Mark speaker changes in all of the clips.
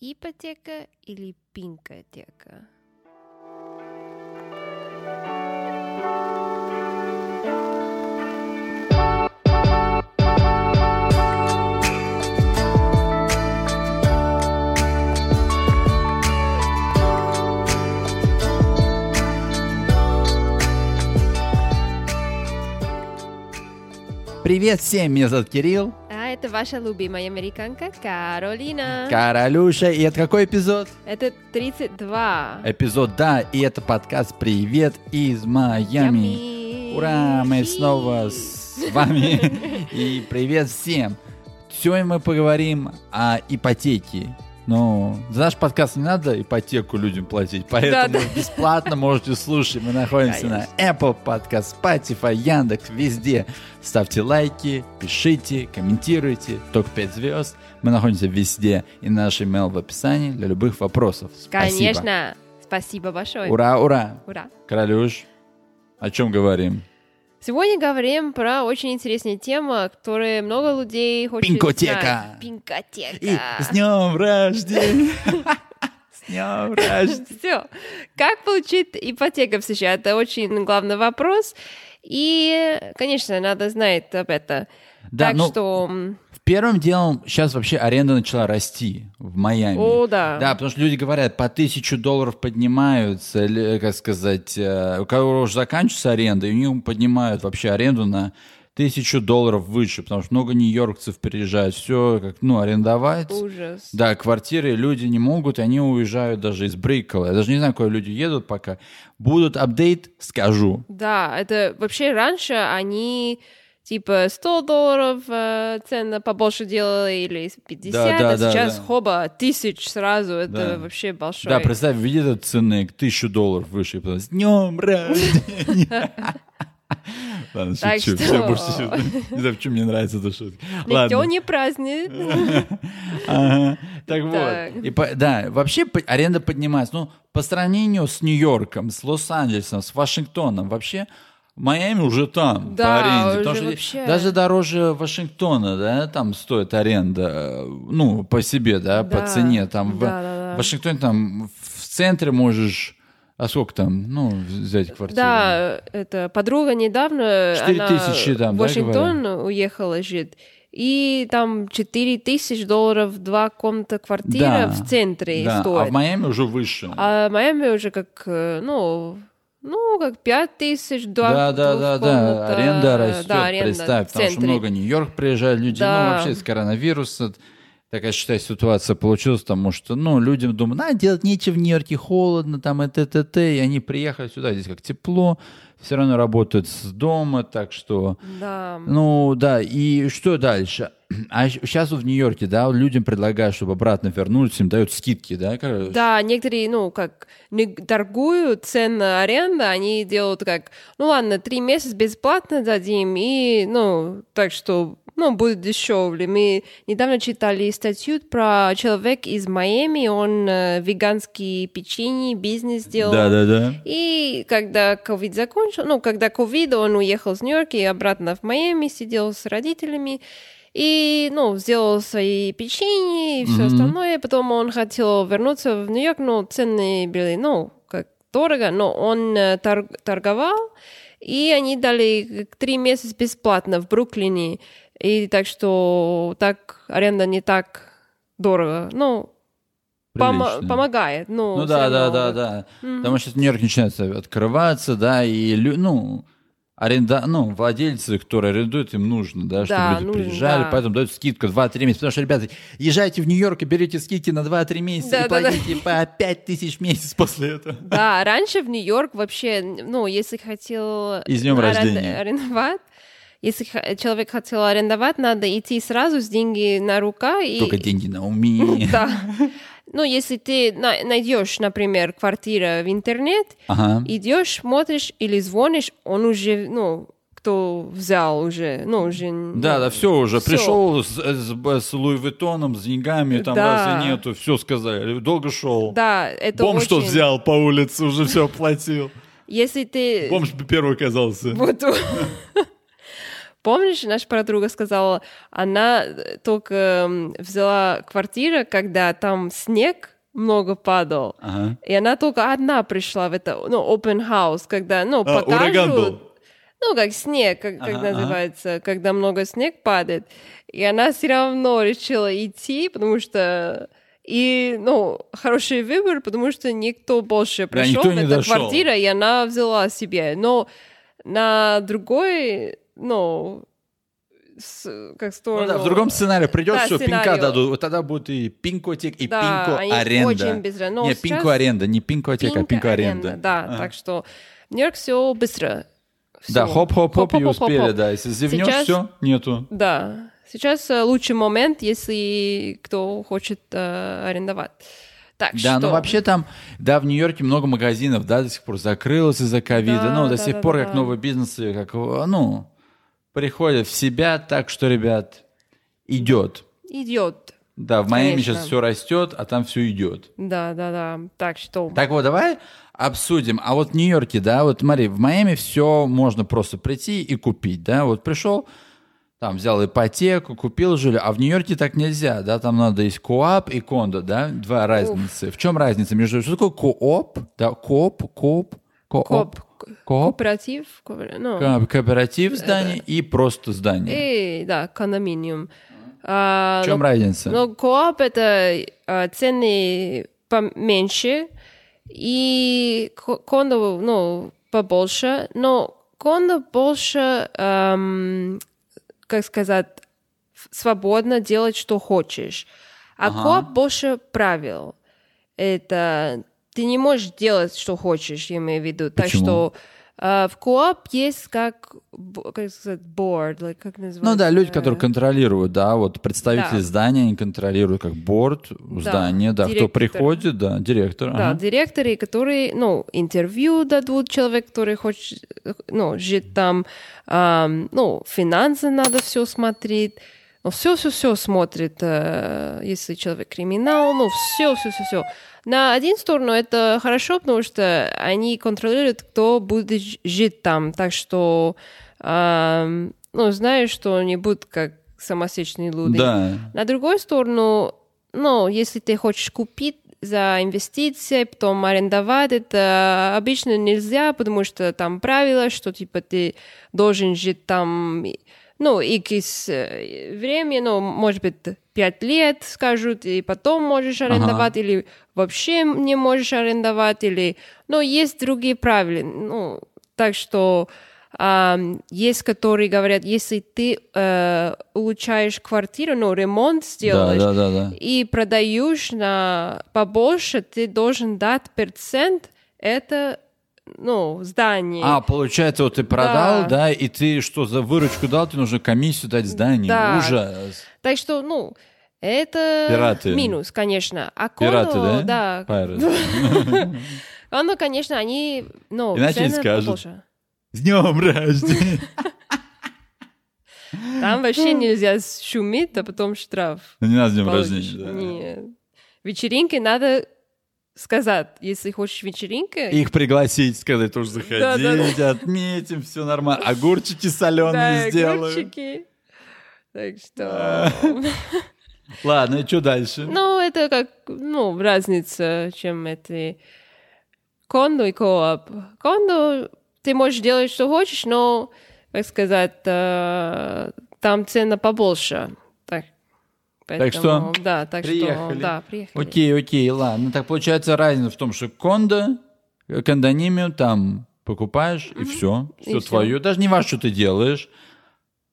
Speaker 1: Ипотека или пинкотека?
Speaker 2: Привет всем, меня зовут Кирилл,
Speaker 1: А это ваша любимая американка Каролина.
Speaker 2: Каролюша, и это какой эпизод?
Speaker 1: Это 32.
Speaker 2: Эпизод, да, и это подкаст «Привет из Майами».
Speaker 1: Ями.
Speaker 2: Ура, мы
Speaker 1: Хи.
Speaker 2: снова с вами, и привет всем. Сегодня мы поговорим о ипотеке. Ну, за наш подкаст не надо ипотеку людям платить, поэтому
Speaker 1: Да,
Speaker 2: бесплатно можете слушать. Мы находимся на Apple Podcast, Spotify, Яндекс, везде. Ставьте лайки, пишите, комментируйте, только 5 звезд. Мы находимся везде и наш email в описании для любых вопросов. Спасибо.
Speaker 1: Конечно. Спасибо большое.
Speaker 2: Ура, ура.
Speaker 1: Ура.
Speaker 2: Королюш, о чем говорим?
Speaker 1: Сегодня говорим про очень интересную тему, которую много людей хочет
Speaker 2: Пинкотека.
Speaker 1: знать. Пинкотека.
Speaker 2: И с днем рождения! С днем рождения!
Speaker 1: Все. Как получить ипотеку в США? Это очень главный вопрос. И, конечно, надо знать об этом.
Speaker 2: Да,
Speaker 1: так
Speaker 2: ну,
Speaker 1: что... м,
Speaker 2: В Первым делом сейчас вообще аренда начала расти в Майами.
Speaker 1: О, да.
Speaker 2: Да, потому что люди говорят, по тысячу долларов поднимаются, или, как сказать, э, у кого уже заканчивается аренда, и у них поднимают вообще аренду на тысячу долларов выше, потому что много нью-йоркцев приезжают, все как, ну, арендовать.
Speaker 1: Ужас.
Speaker 2: Да, квартиры люди не могут, они уезжают даже из Бриккола. Я даже не знаю, куда люди едут пока. Будут апдейт, скажу.
Speaker 1: Да, это вообще раньше они типа 100 долларов э, цены побольше делали или 50,
Speaker 2: Да, да,
Speaker 1: а
Speaker 2: да,
Speaker 1: сейчас
Speaker 2: да.
Speaker 1: хоба, тысяч сразу, это
Speaker 2: Да.
Speaker 1: вообще большой.
Speaker 2: Да, представь, видит этот цены к тысячу долларов выше. и потом, С днем рождения! Ладно,
Speaker 1: Так
Speaker 2: шучу.
Speaker 1: что-
Speaker 2: Всё, больше шучу. Не знаю, почему мне нравится эта шутка.
Speaker 1: Никто
Speaker 2: Ладно.
Speaker 1: не празднует.
Speaker 2: Ага. Так
Speaker 1: Так.
Speaker 2: вот. И по- Да, вообще по- аренда поднимается. Ну, по сравнению с Нью-Йорком, с Лос-Анджелесом, с Вашингтоном, вообще Майами уже там
Speaker 1: Да,
Speaker 2: по аренде.
Speaker 1: уже
Speaker 2: Потому что
Speaker 1: вообще.
Speaker 2: даже дороже Вашингтона, да, там стоит аренда, э, ну, по себе, да,
Speaker 1: Да.
Speaker 2: по цене. Там в-
Speaker 1: Да, да, да.
Speaker 2: в Вашингтоне там в центре можешь, а сколько там, ну, взять квартиру?
Speaker 1: Да, это подруга недавно
Speaker 2: Четыре
Speaker 1: она
Speaker 2: тысячи там,
Speaker 1: в
Speaker 2: да,
Speaker 1: Вашингтон уехала жить. И там 4 тысячи долларов два комната квартира
Speaker 2: Да,
Speaker 1: в центре
Speaker 2: Да, а
Speaker 1: стоит.
Speaker 2: в Майами уже выше.
Speaker 1: А Майами уже как, э, ну, ну, как 5 тысяч, два
Speaker 2: Да, да, да, да.
Speaker 1: двухкомната,
Speaker 2: Аренда
Speaker 1: э,
Speaker 2: растет,
Speaker 1: да, аренда
Speaker 2: представь,
Speaker 1: в
Speaker 2: потому что
Speaker 1: центре.
Speaker 2: много Нью-Йорк приезжают люди,
Speaker 1: Да.
Speaker 2: ну вообще с коронавируса такая, считай, ситуация получилась, потому что, ну, людям думают, а, делать нечего в Нью-Йорке, холодно, там, это, это, это, и они приехали сюда, здесь как тепло, все равно работают с дома, так что,
Speaker 1: Да.
Speaker 2: ну, да, и что дальше? А сейчас в Нью-Йорке, да, людям предлагают, чтобы обратно вернулись, им дают скидки, да? как-
Speaker 1: Да, некоторые, ну, как не- торгуют цену аренды, они делают как, ну ладно, три месяца бесплатно дадим, и, ну, так что, ну, будет дешевле. Мы недавно читали статью про человек из Майами, он э, веганские печенье, бизнес делал.
Speaker 2: Да, да, да.
Speaker 1: И когда ковид закончил, ну, когда ковид, он уехал с Нью-Йорка и обратно в Майами, сидел с родителями, и, ну, сделал свои печенье и все
Speaker 2: Мгм.
Speaker 1: остальное. Потом он хотел вернуться в Нью-Йорк, но цены были, ну, как дорого, но он э, тор- торговал, и они дали как три месяца бесплатно в Бруклине. И так что так аренда не так дорого. Ну, помо-
Speaker 2: Прилично.
Speaker 1: помогает. Ну,
Speaker 2: Ну
Speaker 1: всё
Speaker 2: да, да,
Speaker 1: равно
Speaker 2: да,
Speaker 1: вот.
Speaker 2: да.
Speaker 1: Мгм.
Speaker 2: Потому что Нью-Йорк начинает открываться, да, и лю- ну аренда, ну, владельцы, которые арендуют, им нужно, да, чтобы
Speaker 1: Да,
Speaker 2: люди
Speaker 1: нужно,
Speaker 2: приезжали,
Speaker 1: да.
Speaker 2: поэтому дают скидку 2-3 месяца. Потому что, ребята, езжайте в Нью-Йорк и берите скидки на 2-3 месяца
Speaker 1: Да,
Speaker 2: и
Speaker 1: да, да.
Speaker 2: платите по 5 тысяч в месяц после этого.
Speaker 1: Да, раньше в Нью-Йорк вообще, ну, если хотел...
Speaker 2: И с днем
Speaker 1: арен-
Speaker 2: рождения.
Speaker 1: Арендовать. Если х- человек хотел арендовать, надо идти сразу с деньги на рука и...
Speaker 2: Только деньги на уме.
Speaker 1: Да. Ну, если ты на- найдешь, например, квартиру в интернет,
Speaker 2: Ага.
Speaker 1: идешь, смотришь или звонишь, он уже, ну, кто взял уже, ну, уже...
Speaker 2: Да, да, все уже.
Speaker 1: всё.
Speaker 2: Пришел с, с, с Луи Виттоном, с деньгами, там
Speaker 1: Да.
Speaker 2: разве нету, все сказали. Долго шел.
Speaker 1: Да, это
Speaker 2: Бомж что
Speaker 1: очень-
Speaker 2: взял по улице, уже все оплатил.
Speaker 1: Если ты...
Speaker 2: Бомж первый оказался.
Speaker 1: Вот. Помнишь, наша подруга сказала, она только эм, взяла квартиру, когда там снег много падал.
Speaker 2: Ага.
Speaker 1: И она только одна пришла в это, ну, open house, когда, ну,
Speaker 2: А,
Speaker 1: покажут.
Speaker 2: ураган был?
Speaker 1: Ну, как снег, как, как
Speaker 2: Ага, ага.
Speaker 1: называется, когда много снег падает. И она все равно решила идти, потому что... И, ну, хороший выбор, потому что никто больше пришел
Speaker 2: никто
Speaker 1: в
Speaker 2: не
Speaker 1: эту
Speaker 2: дошел.
Speaker 1: квартиру, и она взяла себе. Но на другой, ну, с- как
Speaker 2: Ну
Speaker 1: сторону...
Speaker 2: да, в другом сценарии придет,
Speaker 1: Да,
Speaker 2: что пинка
Speaker 1: сценарию.
Speaker 2: дадут. Вот тогда будет и пинкотек, и
Speaker 1: Да, они
Speaker 2: пинко аренда.
Speaker 1: очень быстро. Но
Speaker 2: не,
Speaker 1: сейчас
Speaker 2: пинко аренда, не пинкотек, а пинко аренда.
Speaker 1: Да,
Speaker 2: Ага.
Speaker 1: так что Нью-Йорк все быстро. Всё.
Speaker 2: Да, хоп-хоп-хоп, и
Speaker 1: Хоп-хоп-хоп-хоп.
Speaker 2: успели, да. Если зевнешь,
Speaker 1: Сейчас-
Speaker 2: все, нету.
Speaker 1: Да, сейчас э, лучший момент, если кто хочет э, арендовать. Так
Speaker 2: Да,
Speaker 1: что...
Speaker 2: ну вообще там, да, в Нью-Йорке много магазинов, да, до сих пор закрылось из-за ковида.
Speaker 1: Да,
Speaker 2: ну, до
Speaker 1: да,
Speaker 2: сих
Speaker 1: да,
Speaker 2: пор
Speaker 1: да,
Speaker 2: как
Speaker 1: да.
Speaker 2: новые бизнесы, как, э, ну, приходят в себя, так что, ребят, идет.
Speaker 1: Идет.
Speaker 2: Да, в Майами
Speaker 1: Конечно.
Speaker 2: сейчас все растет, а там все идет.
Speaker 1: Да, да, да. Так что...
Speaker 2: Так вот, давай обсудим. А вот в Нью-Йорке, да, вот смотри, в Майами все можно просто прийти и купить, да. Вот пришел, там взял ипотеку, купил жилье, а в Нью-Йорке так нельзя, да, там надо есть кооп и кондо, да, два разницы. В чем разница между, что такое кооп, да, кооп, кооп, кооп,
Speaker 1: Коп-
Speaker 2: кооп,
Speaker 1: Кооператив, кооп- ну,
Speaker 2: ко- кооператив здание и просто здание.
Speaker 1: и, да, кондоминиум.
Speaker 2: В чем разница?
Speaker 1: Но кооп это э, цены поменьше и ко- кондо ну побольше, но кондо больше, эм, как сказать, ф- свободно делать что хочешь, а
Speaker 2: Ага.
Speaker 1: кооп больше правил. Это ты не можешь делать что хочешь, я имею в виду. Так
Speaker 2: Почему?
Speaker 1: что э, в кооп есть как бо- как сказать board, like, как называется?
Speaker 2: Ну да, люди, которые контролируют, да, вот представители
Speaker 1: Да.
Speaker 2: здания, они контролируют как борт, здание, да, кто
Speaker 1: директор.
Speaker 2: приходит, да, директор.
Speaker 1: Да,
Speaker 2: ага.
Speaker 1: директоры, которые, ну, интервью дадут человек, который хочет, э, ну, жить там, ам, ну, финансы надо все смотреть, ну, все, все, все смотрит, э, если человек криминал, ну, все, все, все, все. На один сторону это хорошо, потому что они контролируют, кто будет ж- жить там, так что, ам, ну, знаешь, что не будут как самосечные люди.
Speaker 2: Да.
Speaker 1: На другую сторону, ну, если ты хочешь купить за инвестиции, потом арендовать, это обычно нельзя, потому что там правило, что типа ты должен жить там, и- ну, икс э, время, ну, может быть, пять лет скажут, и потом можешь
Speaker 2: Ага.
Speaker 1: арендовать, или вообще не можешь арендовать, или... Но есть другие правила, ну, так что ам, есть, которые говорят, если ты э, улучшаешь квартиру, ну, ремонт сделаешь,
Speaker 2: Да, да, да, да.
Speaker 1: и продаешь на побольше, ты должен дать процент это, ну, здание.
Speaker 2: А, получается, вот ты продал, да.
Speaker 1: Да.
Speaker 2: и ты что, за выручку дал, ты нужно комиссию дать зданию.
Speaker 1: Да.
Speaker 2: Ужас.
Speaker 1: Так что, ну, это
Speaker 2: Пираты.
Speaker 1: минус, конечно. А
Speaker 2: Пираты,
Speaker 1: кондо,
Speaker 2: да?
Speaker 1: да.
Speaker 2: Pirates.
Speaker 1: Кондо, конечно, они, ну,
Speaker 2: Иначе не
Speaker 1: цены
Speaker 2: скажут.
Speaker 1: побольше.
Speaker 2: С днем рождения!
Speaker 1: Там вообще нельзя шуметь, а потом штраф.
Speaker 2: Ну, Не надо с днем
Speaker 1: получишь.
Speaker 2: рождения. да.
Speaker 1: Нет. Вечеринки надо сказать, если хочешь вечеринка.
Speaker 2: Их пригласить, сказать, тоже
Speaker 1: Да, да, да.
Speaker 2: заходите, отметим, все нормально. Огурчики соленые
Speaker 1: да,
Speaker 2: сделаю.
Speaker 1: огурчики. Так
Speaker 2: Да.
Speaker 1: что...
Speaker 2: Ладно, и что дальше?
Speaker 1: Ну, это как, ну, разница, чем это кондо и кооп. Кондо ты можешь делать, что хочешь, но, как сказать, э, там цена побольше. Так, поэтому, Да, так
Speaker 2: приехали.
Speaker 1: что... Да, приехали.
Speaker 2: Окей, окей, ладно. Так получается разница в том, что кондо, э, кондонимиум там покупаешь и все,
Speaker 1: И всё.
Speaker 2: все твое. Даже не важно, что ты делаешь.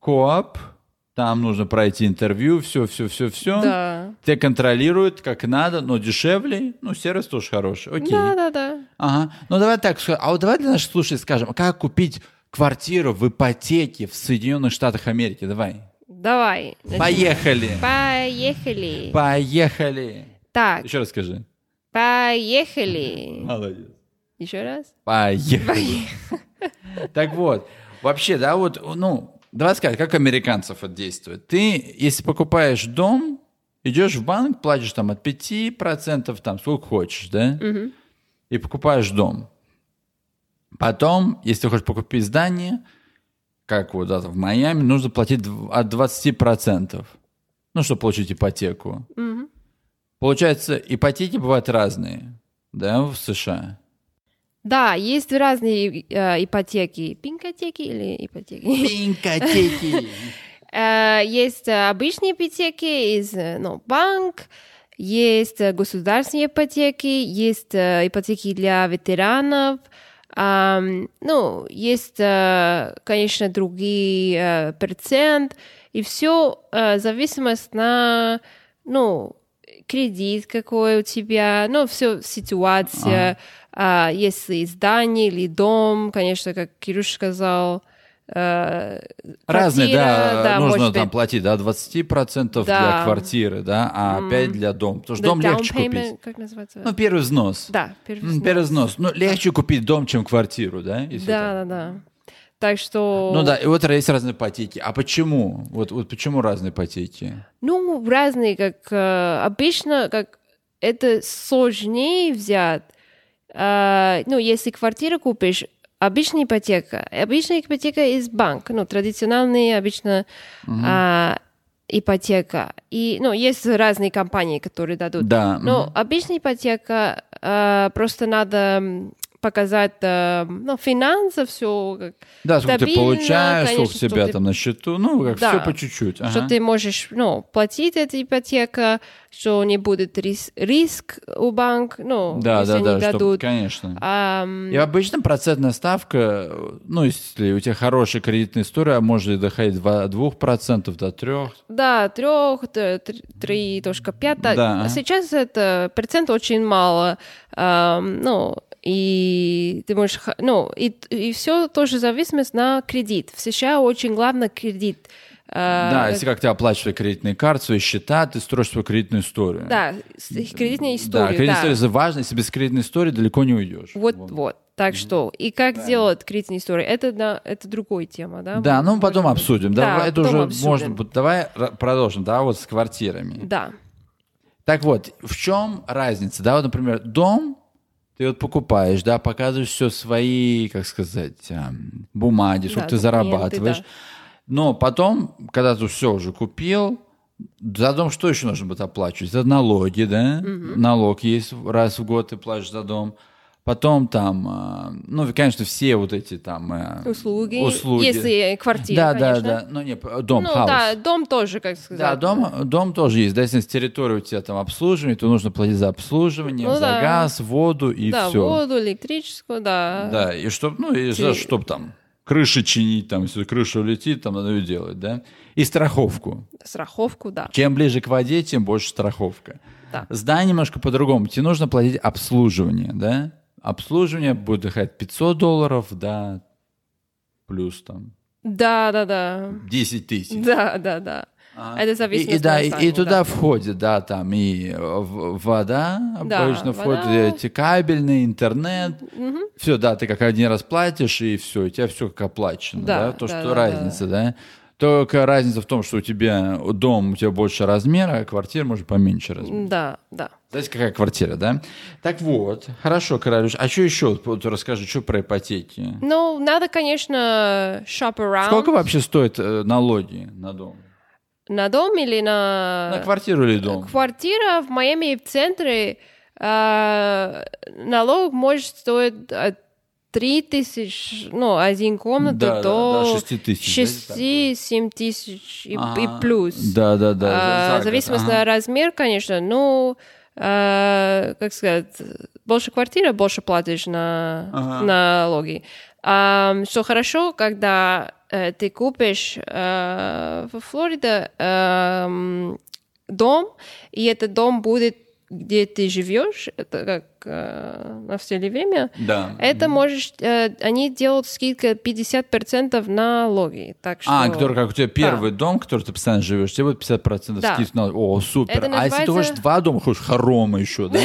Speaker 2: Коап, там нужно пройти интервью, все, все, все, все.
Speaker 1: Да.
Speaker 2: Тебя контролируют как надо, но дешевле. Ну, сервис тоже хороший. Окей.
Speaker 1: Да, да, да.
Speaker 2: Ага. Ну, давай так, ска- а вот давай для наших слушателей скажем, как купить квартиру в ипотеке в Соединенных Штатах Америки? Давай.
Speaker 1: Давай. начинаем.
Speaker 2: Поехали.
Speaker 1: Поехали.
Speaker 2: Поехали.
Speaker 1: Так,
Speaker 2: Еще раз скажи.
Speaker 1: поехали.
Speaker 2: Молодец.
Speaker 1: Еще раз.
Speaker 2: Поехали. Так вот, вообще, да, вот, ну, давай скажем, как американцев это действует. Ты, если покупаешь дом, идешь в банк, платишь там от 5%, там сколько хочешь, да,
Speaker 1: Мгм.
Speaker 2: и покупаешь дом. Потом, если ты хочешь покупить здание, как вот да, в Майами, нужно платить дв- от 20%, ну, чтобы получить ипотеку.
Speaker 1: Мгм.
Speaker 2: Получается, ипотеки бывают разные, да, в США.
Speaker 1: Да, есть разные э, ипотеки. Пинкотеки или ипотеки?
Speaker 2: Пинкотеки!
Speaker 1: Э, Есть э, обычные ипотеки из э, ну, банк, есть э, государственные ипотеки, есть э, ипотеки для ветеранов. Ам, ну, есть, э, конечно, другие э, процент, и все зависимость на, ну, кредит какой у тебя, ну, все ситуация, а, если здание или дом, конечно, как Кирюш сказал, э,
Speaker 2: Разные,
Speaker 1: квартира,
Speaker 2: да, нужно
Speaker 1: может
Speaker 2: там
Speaker 1: быть,
Speaker 2: платить, да, 20% для
Speaker 1: Да.
Speaker 2: квартиры, да, а
Speaker 1: М.
Speaker 2: опять для дома, потому что
Speaker 1: Да,
Speaker 2: дом
Speaker 1: down
Speaker 2: легче
Speaker 1: payment,
Speaker 2: купить.
Speaker 1: Как называется?
Speaker 2: Ну, первый взнос.
Speaker 1: да, первый
Speaker 2: М,
Speaker 1: взнос.
Speaker 2: Первый взнос. Ну, легче купить дом, чем квартиру, да? если так.
Speaker 1: Да, да, да. Так что...
Speaker 2: Ну да, и вот есть разные ипотеки. А почему? Вот, вот почему разные ипотеки?
Speaker 1: Ну, разные, как э, обычно, как это сложнее взять. Э, ну, если квартиру купишь, обычная ипотека. Обычная ипотека из банка, ну, традиционная обычно а, ипотека. И, ну, есть разные компании, которые дадут.
Speaker 2: Да.
Speaker 1: Но
Speaker 2: мгм.
Speaker 1: обычная ипотека э, просто надо м, показать э, ну, финансы, все, как,
Speaker 2: да, сколько ты
Speaker 1: стабильно,
Speaker 2: получаешь, сколько у
Speaker 1: конечно,
Speaker 2: тебя
Speaker 1: что ты-
Speaker 2: там на счету, ну, как
Speaker 1: Да.
Speaker 2: все по чуть-чуть. ага.
Speaker 1: что ты можешь ну, платить эту ипотека, что не будет рис- риск у банк, ну,
Speaker 2: Да,
Speaker 1: если
Speaker 2: да,
Speaker 1: не
Speaker 2: да, чтоб-
Speaker 1: дадут.
Speaker 2: конечно.
Speaker 1: Ам,
Speaker 2: И обычно процентная ставка, э, ну, если у тебя хорошая кредитная история, а может и доходить два- 2% до 3%.
Speaker 1: да, трех, три точка пять. да.
Speaker 2: Да, ага.
Speaker 1: Сейчас это процент очень мало. Ам, ну, и ты можешь, ха- ну, и, и все тоже зависимость на кредит. В США очень главное кредит. А,
Speaker 2: да,
Speaker 1: как-
Speaker 2: если как ты оплачиваешь кредитные карты, свои счета, ты строишь свою кредитную историю.
Speaker 1: да, с- кредитная
Speaker 2: Да,
Speaker 1: история.
Speaker 2: кредитная
Speaker 1: да.
Speaker 2: история важна, если без кредитной истории далеко не уйдешь.
Speaker 1: Вот,
Speaker 2: Вот.
Speaker 1: вот. Так что, и как делать кредитные истории, это, да, это другой тема, да?
Speaker 2: Да, ну
Speaker 1: Может
Speaker 2: потом
Speaker 1: быть.
Speaker 2: обсудим.
Speaker 1: Да,
Speaker 2: Давай это
Speaker 1: потом
Speaker 2: уже
Speaker 1: обсудим.
Speaker 2: можно. будет- Давай ра- продолжим, да, вот с квартирами.
Speaker 1: Да,
Speaker 2: Так вот, в чем разница? Да, вот, например, дом ты вот покупаешь, да, показываешь все свои, как сказать, ам, бумаги, сколько
Speaker 1: Да,
Speaker 2: ты
Speaker 1: документы,
Speaker 2: зарабатываешь.
Speaker 1: да.
Speaker 2: Но потом, когда ты все уже купил, за дом что еще нужно будет оплачивать? Это налоги, да? Налог есть раз в год ты платишь за дом. Потом там, а, ну, конечно, все вот эти там... э,
Speaker 1: услуги,
Speaker 2: услуги.
Speaker 1: если квартира,
Speaker 2: Да,
Speaker 1: конечно.
Speaker 2: да, да. Ну, не, п- дом,
Speaker 1: Ну
Speaker 2: house.
Speaker 1: да, дом тоже, как сказать.
Speaker 2: Да, дом, дом тоже есть. Да, если с территории у тебя там обслуживание, то нужно платить за обслуживание,
Speaker 1: Ну
Speaker 2: за
Speaker 1: да.
Speaker 2: газ, воду и
Speaker 1: Да,
Speaker 2: все.
Speaker 1: воду, электричество, да.
Speaker 2: Да, и чтоб, ну, и за
Speaker 1: Ты-
Speaker 2: чтоб там крыши чинить, там, если крыша улетит, там надо ее делать, да. И страховку.
Speaker 1: Страховку, да.
Speaker 2: Чем ближе к воде, тем больше страховка.
Speaker 1: Да.
Speaker 2: Здание немножко по-другому. Тебе нужно платить обслуживание, да? Обслуживание будет доходить 500 долларов, да, плюс там
Speaker 1: Да, да, да.
Speaker 2: 10 тысяч.
Speaker 1: Да, да, да.
Speaker 2: А,
Speaker 1: Это
Speaker 2: и-
Speaker 1: зависит
Speaker 2: и,
Speaker 1: от
Speaker 2: да, и,
Speaker 1: названия,
Speaker 2: и
Speaker 1: да.
Speaker 2: туда входит, да, там и э, в- вода
Speaker 1: Да,
Speaker 2: обычно входит, э,
Speaker 1: вода.
Speaker 2: эти кабельный, интернет.
Speaker 1: Мгм.
Speaker 2: Все, да, ты как один раз платишь, и все, у тебя все как оплачено, да,
Speaker 1: Да,
Speaker 2: то,
Speaker 1: да, да,
Speaker 2: что
Speaker 1: да.
Speaker 2: разница, да. Только разница в том, что у тебя дом, у тебя больше размера, а квартира может поменьше размера.
Speaker 1: Да, да.
Speaker 2: Знаете, какая квартира, да? Так вот, хорошо, Королюш, а что еще? Вот расскажи, что про ипотеки?
Speaker 1: Ну, надо, конечно, shop around.
Speaker 2: Сколько вообще стоят э, налоги на дом?
Speaker 1: На дом или Э,
Speaker 2: На квартиру или дом?
Speaker 1: Квартира в Майами в центре э, налог может стоить от 3 тысяч, ну, один комната
Speaker 2: Да, да,
Speaker 1: до
Speaker 2: да, 6 тысяч. да, где-то
Speaker 1: 6-7 тысяч и,
Speaker 2: Ага.
Speaker 1: и плюс.
Speaker 2: Да, да, да. за- за
Speaker 1: А,
Speaker 2: год,
Speaker 1: зависимость
Speaker 2: ага.
Speaker 1: на размер, конечно, ну, э, как сказать, больше квартира, больше платишь на
Speaker 2: Ага.
Speaker 1: налоги. А, что хорошо, когда э, ты купишь э, во Флориде эм, дом, и этот дом будет, где ты живешь, это как э, на все время,
Speaker 2: Да.
Speaker 1: это можешь, э, они делают скидка 50% налоги, так что...
Speaker 2: А, который, как у тебя первый дом, который ты постоянно живешь, тебе будет 50%
Speaker 1: Да.
Speaker 2: скидки на... О, супер.
Speaker 1: Это
Speaker 2: А если ты
Speaker 1: называется-
Speaker 2: хочешь два дома, хочешь хорома еще, да?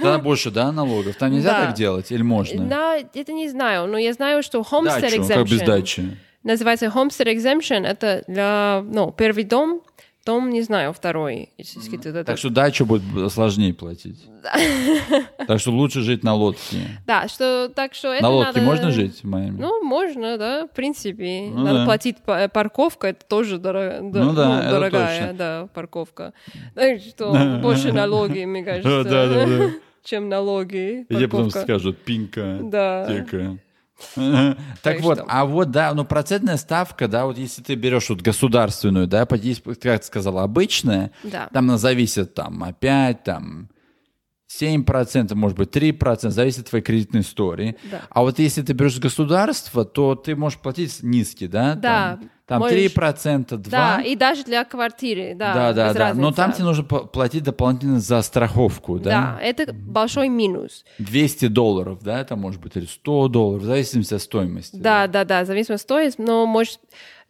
Speaker 2: Тогда больше, да, налогов? Там нельзя
Speaker 1: Да.
Speaker 2: так делать? Или можно?
Speaker 1: Да, это не знаю, но я знаю, что homestead
Speaker 2: Дачу,
Speaker 1: exemption
Speaker 2: как без дачи.
Speaker 1: называется homestead exemption, это для, ну, первый дом, Том, не знаю, второй. если какие-то это-
Speaker 2: Так что дачу будет сложнее платить. Так что лучше жить на лодке.
Speaker 1: Да, что так что это
Speaker 2: На лодке
Speaker 1: надо-
Speaker 2: можно жить в Майами?
Speaker 1: Ну, можно, да, в принципе.
Speaker 2: Ну
Speaker 1: Надо
Speaker 2: да.
Speaker 1: платить па- э, парковка, это тоже дорого- дор-
Speaker 2: Ну да,
Speaker 1: ну,
Speaker 2: это
Speaker 1: дорогая,
Speaker 2: точно.
Speaker 1: да, парковка. Так что больше налоги, мне кажется,
Speaker 2: Да, да, да.
Speaker 1: чем налоги.
Speaker 2: И тебе потом
Speaker 1: парковка.
Speaker 2: скажут пинка,
Speaker 1: Да.
Speaker 2: тика. Так вот,
Speaker 1: что.
Speaker 2: а вот, да, ну процентная ставка, да, вот если ты берешь вот государственную, да, по- есть, как ты сказала, обычная,
Speaker 1: Да.
Speaker 2: там она зависит там опять, там 7%, может быть 3%, зависит от твоей кредитной истории.
Speaker 1: Да.
Speaker 2: А вот если ты берешь государство, то ты можешь платить низкий, да?
Speaker 1: Да,
Speaker 2: Там, там
Speaker 1: можешь.
Speaker 2: 3%, 2%.
Speaker 1: Да, и даже для квартиры, да.
Speaker 2: да, да,
Speaker 1: без
Speaker 2: да. Но там
Speaker 1: разницы.
Speaker 2: тебе нужно пла- платить дополнительно за страховку,
Speaker 1: Да, это большой минус.
Speaker 2: 200 долларов, да, это может быть, или 100 долларов, в зависимости от стоимости.
Speaker 1: Да, да, да, зависимо стоит, но может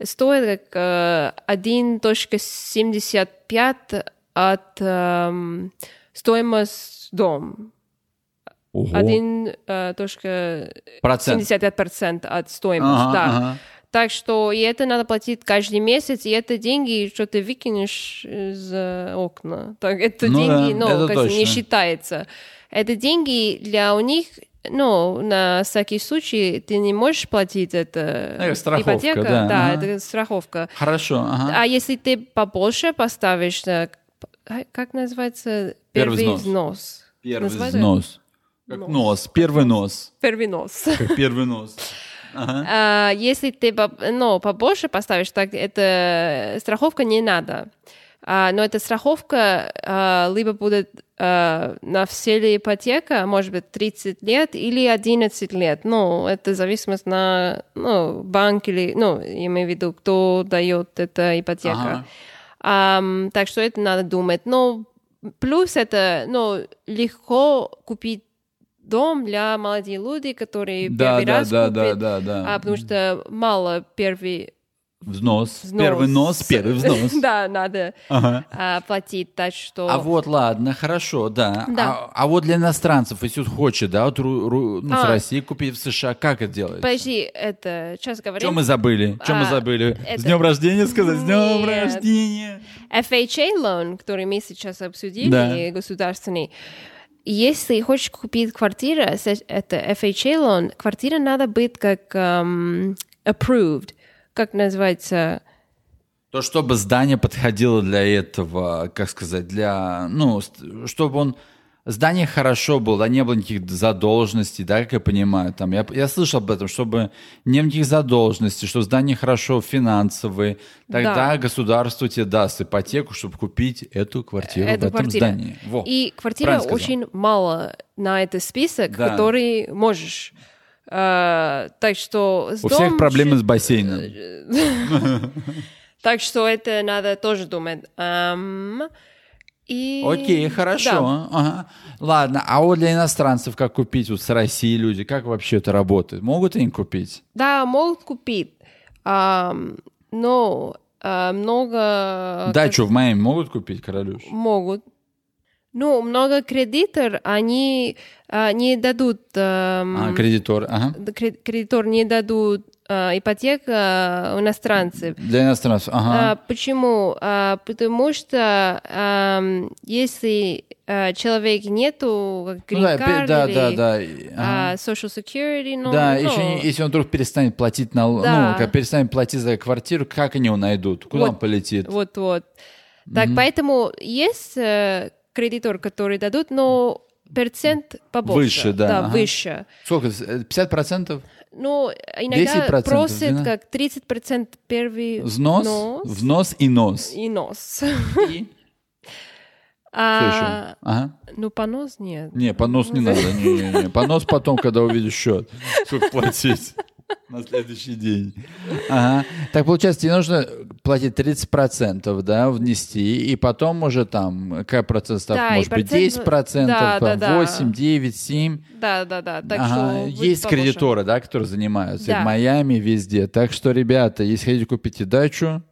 Speaker 1: стоит как э, 1.75 от эм, стоимость дом. э,
Speaker 2: Ого.
Speaker 1: 1.75%
Speaker 2: Процент.
Speaker 1: от стоимости,
Speaker 2: Ага,
Speaker 1: да.
Speaker 2: ага.
Speaker 1: Так что и это надо платить каждый месяц, и это деньги, что ты выкинешь из э, окна. Так это
Speaker 2: Ну
Speaker 1: деньги,
Speaker 2: да,
Speaker 1: ну,
Speaker 2: это
Speaker 1: как бы не
Speaker 2: точно.
Speaker 1: считается. Это деньги для у них, ну, на всякий случай ты не можешь платить это.
Speaker 2: Э, страховка,
Speaker 1: ипотека,
Speaker 2: да, ага.
Speaker 1: это страховка.
Speaker 2: Хорошо, ага.
Speaker 1: А если ты побольше поставишь, на- а, как называется?
Speaker 2: Первый взнос.
Speaker 1: взнос.
Speaker 2: Первый
Speaker 1: Назвали?
Speaker 2: нос. Как
Speaker 1: Нос.
Speaker 2: нос. первый нос.
Speaker 1: Первый нос.
Speaker 2: Как первый нос. Ага.
Speaker 1: А, если ты по- ну, побольше поставишь, так это э, страховка не надо. А, но эта страховка а, либо будет а, на все ли ипотека, может быть, 30 лет или 11 лет. Ну, это зависимость на ну, банк или, ну, я имею в виду, кто дает эта ипотека.
Speaker 2: Ага.
Speaker 1: Ам, так что это надо думать. Но плюс это, ну, легко купить дом для молодых людей, которые
Speaker 2: Да,
Speaker 1: первый
Speaker 2: да,
Speaker 1: раз
Speaker 2: да,
Speaker 1: купят.
Speaker 2: да, да, да.
Speaker 1: А, потому что мало первый
Speaker 2: Взнос.
Speaker 1: взнос.
Speaker 2: Первый нос, первый взнос.
Speaker 1: Да, надо
Speaker 2: Ага.
Speaker 1: а, платить, так что...
Speaker 2: А вот, ладно, хорошо, да.
Speaker 1: Да.
Speaker 2: А, а вот для иностранцев, если вот хочет, да, вот ру- ру- ну, с
Speaker 1: А.
Speaker 2: России купить в США, как это делается?
Speaker 1: Подожди, это... Сейчас говорим.
Speaker 2: Что мы забыли? Что мы
Speaker 1: А,
Speaker 2: забыли?
Speaker 1: это-
Speaker 2: С днем рождения сказать? С днем
Speaker 1: Нет.
Speaker 2: рождения!
Speaker 1: FHA loan, который мы сейчас обсудили,
Speaker 2: Да.
Speaker 1: государственный, если хочешь купить квартиру, с- это FHA loan, квартира надо быть как эм, approved, как называется,
Speaker 2: То, чтобы здание подходило для этого, как сказать, для, ну, ст- чтобы он, здание хорошо было, да, не было никаких задолженностей, да, как я понимаю, там, я, я слышал об этом, чтобы не было никаких задолженностей, чтобы здание хорошо финансовые, тогда
Speaker 1: Да.
Speaker 2: государство тебе даст ипотеку, чтобы купить эту квартиру в
Speaker 1: эта
Speaker 2: этом
Speaker 1: Э, квартира.
Speaker 2: здании. Во.
Speaker 1: И квартира
Speaker 2: Правильно сказал.
Speaker 1: очень мало на этот список,
Speaker 2: Да.
Speaker 1: который можешь. Э, так что с
Speaker 2: У всех
Speaker 1: дом-
Speaker 2: проблемы с бассейном.
Speaker 1: э, Так что это надо тоже думать. Ам, и...
Speaker 2: Окей, хорошо.
Speaker 1: Да.
Speaker 2: Ага. Ладно, а вот для иностранцев как купить? Вот с России люди, как вообще это работает? Могут они купить?
Speaker 1: Да, могут купить, Ам, но а, много...
Speaker 2: Дачу в Майами могут купить, королюш?
Speaker 1: Могут. Ну, много кредитор, они а, не дадут... эм, ам,
Speaker 2: А, кредитор, ага.
Speaker 1: д- кре- кредитор не дадут а, ипотека иностранцам.
Speaker 2: Для иностранцев, ага.
Speaker 1: А, почему? А, потому что ам, если а, человек нету как
Speaker 2: Ну да, пе-
Speaker 1: green card
Speaker 2: да,
Speaker 1: или,
Speaker 2: да, да, и-
Speaker 1: а,
Speaker 2: ага.
Speaker 1: social security, ну,
Speaker 2: Да,
Speaker 1: ну,
Speaker 2: еще не- если он вдруг перестанет платить на
Speaker 1: Да.
Speaker 2: ну, как перестанет платить за квартиру, как они его найдут? Куда
Speaker 1: Вот.
Speaker 2: он полетит?
Speaker 1: вот-вот. Так, поэтому есть э, кредитор, который дадут, но процент побольше.
Speaker 2: Выше, да, ага.
Speaker 1: выше.
Speaker 2: Сколько? э, 50%?
Speaker 1: Ну, иногда
Speaker 2: 10%,
Speaker 1: просят
Speaker 2: 12%.
Speaker 1: как 30% первый
Speaker 2: Взнос?
Speaker 1: нос
Speaker 2: Взнос и нос.
Speaker 1: и нос.
Speaker 2: И? Что
Speaker 1: А,
Speaker 2: еще? Ага.
Speaker 1: Ну, понос нет.
Speaker 2: Не, понос не надо. Не, не, не. Понос потом, когда увидишь счет. Сколько платить на следующий день. Ага. Так получается, тебе нужно платить 30%, да, внести, и потом уже там, какая процент ставка
Speaker 1: Да, и
Speaker 2: может быть,
Speaker 1: процент-
Speaker 2: 10%, процентов,
Speaker 1: Да, да,
Speaker 2: там,
Speaker 1: да.
Speaker 2: 8, 9, 7.
Speaker 1: Да, да, да. Так
Speaker 2: Ага.
Speaker 1: что будет
Speaker 2: Есть
Speaker 1: побольше.
Speaker 2: кредиторы, да, которые занимаются и
Speaker 1: Да.
Speaker 2: в Майами, и везде. Так что, ребята, если хотите купить и дачу,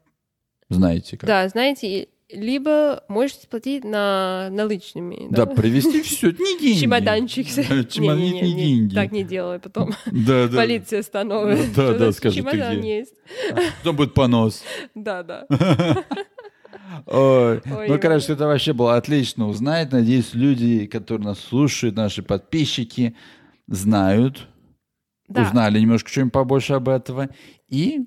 Speaker 2: знаете как.
Speaker 1: Да, знаете, либо можете платить на наличными.
Speaker 2: Да, привезти все, не деньги.
Speaker 1: Чемоданчик.
Speaker 2: Чемодан,
Speaker 1: Не-не-не,
Speaker 2: не
Speaker 1: не-
Speaker 2: деньги.
Speaker 1: Так не делай потом.
Speaker 2: Да, да.
Speaker 1: Полиция становится.
Speaker 2: Да, да, скажи, ты
Speaker 1: Чемодан
Speaker 2: где?
Speaker 1: есть.
Speaker 2: Потом будет понос.
Speaker 1: Да, да.
Speaker 2: Ой.
Speaker 1: Ой,
Speaker 2: Ну,
Speaker 1: ой.
Speaker 2: короче, это вообще было отлично узнать. Надеюсь, люди, которые нас слушают, наши подписчики, знают,
Speaker 1: Да.
Speaker 2: узнали немножко что-нибудь побольше об этого. И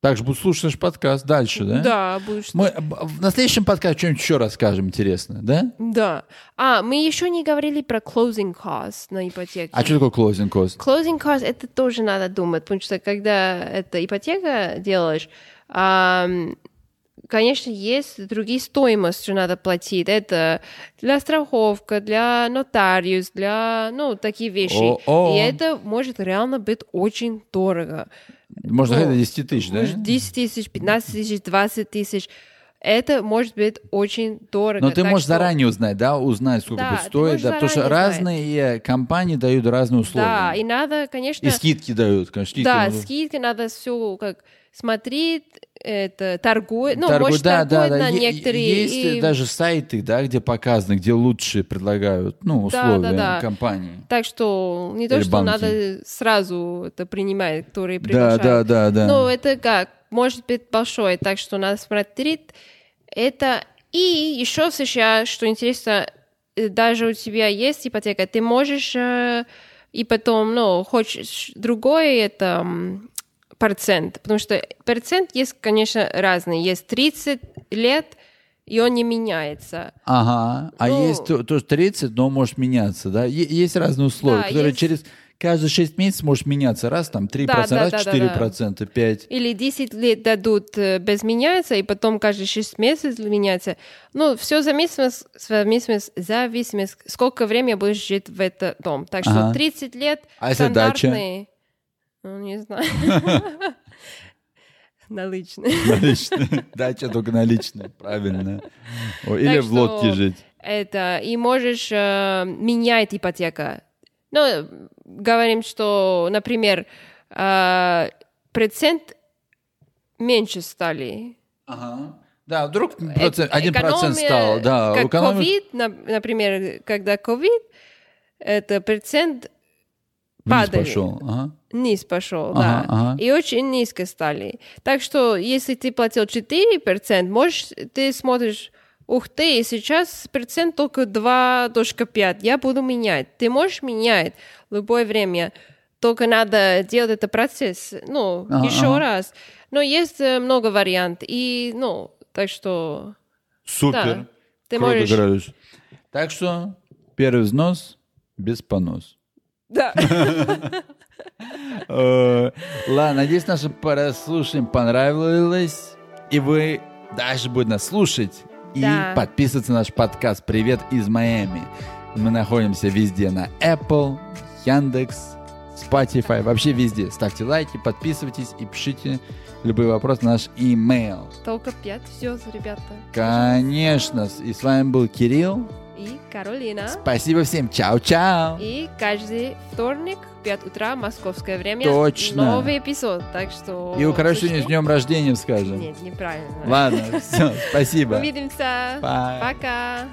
Speaker 2: также будут слушать наш подкаст дальше, да?
Speaker 1: Да, будешь...
Speaker 2: Мы об- в настоящем подкасте что-нибудь еще расскажем, интересно, да?
Speaker 1: Да. А, мы еще не говорили про closing costs на ипотеке.
Speaker 2: А что такое closing cost?
Speaker 1: Closing costs, это тоже надо думать, потому что когда это ипотека делаешь, ам, конечно, есть другие стоимости, что надо платить. Это для страховка, для нотариус, для, ну, такие вещи.
Speaker 2: О-о.
Speaker 1: И это может реально быть очень дорого.
Speaker 2: Можно
Speaker 1: О,
Speaker 2: сказать, до 10 тысяч, да?
Speaker 1: Может, 10 тысяч, 15 тысяч, 20 тысяч. Это может быть очень дорого.
Speaker 2: Но ты
Speaker 1: Так
Speaker 2: можешь
Speaker 1: что-
Speaker 2: заранее узнать, да, узнать, сколько
Speaker 1: Да,
Speaker 2: будет
Speaker 1: ты
Speaker 2: стоить,
Speaker 1: можешь
Speaker 2: да, потому что
Speaker 1: заранее знать.
Speaker 2: разные э, компании дают разные условия.
Speaker 1: Да, и
Speaker 2: и...
Speaker 1: надо, конечно...
Speaker 2: скидки дают, конечно, скидки.
Speaker 1: да,
Speaker 2: ну,
Speaker 1: скидки надо все как смотреть, это торгует, ну,
Speaker 2: торгу-
Speaker 1: может,
Speaker 2: да, да,
Speaker 1: торгует
Speaker 2: да.
Speaker 1: на
Speaker 2: е-
Speaker 1: некоторые...
Speaker 2: Есть э,
Speaker 1: и-
Speaker 2: даже сайты, да, где показано, где лучше предлагают, ну, условия
Speaker 1: да, да.
Speaker 2: компании.
Speaker 1: Так что не то,
Speaker 2: Или
Speaker 1: что
Speaker 2: банки.
Speaker 1: надо сразу это принимать, которые
Speaker 2: Да,
Speaker 1: приглашают.
Speaker 2: да, да, да.
Speaker 1: Но Ну, это как, может быть, большой, так что надо смотреть это. И еще в США, что интересно, э, даже у тебя есть ипотека, ты можешь э, и потом, ну, хочешь другой это м, процент, потому что процент есть, конечно, разный. Есть 30 лет, и он не меняется.
Speaker 2: Ага. А
Speaker 1: Ну-
Speaker 2: есть то- тоже 30, но может меняться, да? Е- есть разные условия,
Speaker 1: Да,
Speaker 2: которые
Speaker 1: есть.
Speaker 2: через каждые 6 месяцев может меняться. Раз там 3%,
Speaker 1: да,
Speaker 2: раз
Speaker 1: да, да, да.
Speaker 2: 4%, 5%.
Speaker 1: Или 10 лет дадут э, без меняется, и потом каждые 6 месяцев меняется. Ну, все зависимость, зависимость, зависимость, сколько времени будешь жить в этом дом. Так что
Speaker 2: Ага.
Speaker 1: 30 лет
Speaker 2: А если дача?
Speaker 1: стандартные. Ну, не знаю. Наличные.
Speaker 2: Наличные. Дача только наличные, правильно. О, Или
Speaker 1: Так
Speaker 2: в лодке
Speaker 1: что-
Speaker 2: жить.
Speaker 1: Это, и можешь э, менять ипотека. Ну, говорим, что, например, э, процент меньше стали.
Speaker 2: Ага. Да, вдруг
Speaker 1: Эк-
Speaker 2: процент, один процент
Speaker 1: Э, экономия,
Speaker 2: стал, да.
Speaker 1: Как
Speaker 2: экономия-
Speaker 1: COVID, на- например, когда COVID, это процент
Speaker 2: вниз
Speaker 1: падает.
Speaker 2: пошел. Ага.
Speaker 1: вниз пошел,
Speaker 2: Ага,
Speaker 1: да.
Speaker 2: ага.
Speaker 1: И очень низко стали. Так что, если ты платил 4%, можешь, ты смотришь, ух ты, и сейчас процент только 2.5, я буду менять. Ты можешь менять в любое время, только надо делать этот процесс, ну,
Speaker 2: Ага,
Speaker 1: еще
Speaker 2: ага.
Speaker 1: раз. Но есть э, много вариантов, и, ну, так что...
Speaker 2: Супер.
Speaker 1: Да. Ты
Speaker 2: Круто,
Speaker 1: можешь...
Speaker 2: Гралюш. Так что первый взнос без понос.
Speaker 1: Да.
Speaker 2: Э, Ладно, надеюсь, наше прослушивание понравилось. И вы дальше будете нас слушать и
Speaker 1: Да.
Speaker 2: подписываться на наш подкаст «Привет из Майами». Мы находимся везде на Apple, Яндекс, Spotify, вообще везде. Ставьте лайки, подписывайтесь и пишите любые вопросы на наш email.
Speaker 1: Только пять звезд, ребята.
Speaker 2: Конечно, с- и с вами был Кирилл.
Speaker 1: И Каролина.
Speaker 2: Спасибо всем, чао-чао!
Speaker 1: И каждый вторник, 5 утра, московское время.
Speaker 2: Точно.
Speaker 1: Новый эпизод, так что...
Speaker 2: И у Карашини с
Speaker 1: слушайте.
Speaker 2: днем рождения скажем.
Speaker 1: Нет, неправильно.
Speaker 2: Ладно, все, спасибо.
Speaker 1: Увидимся.
Speaker 2: Bye.
Speaker 1: Пока.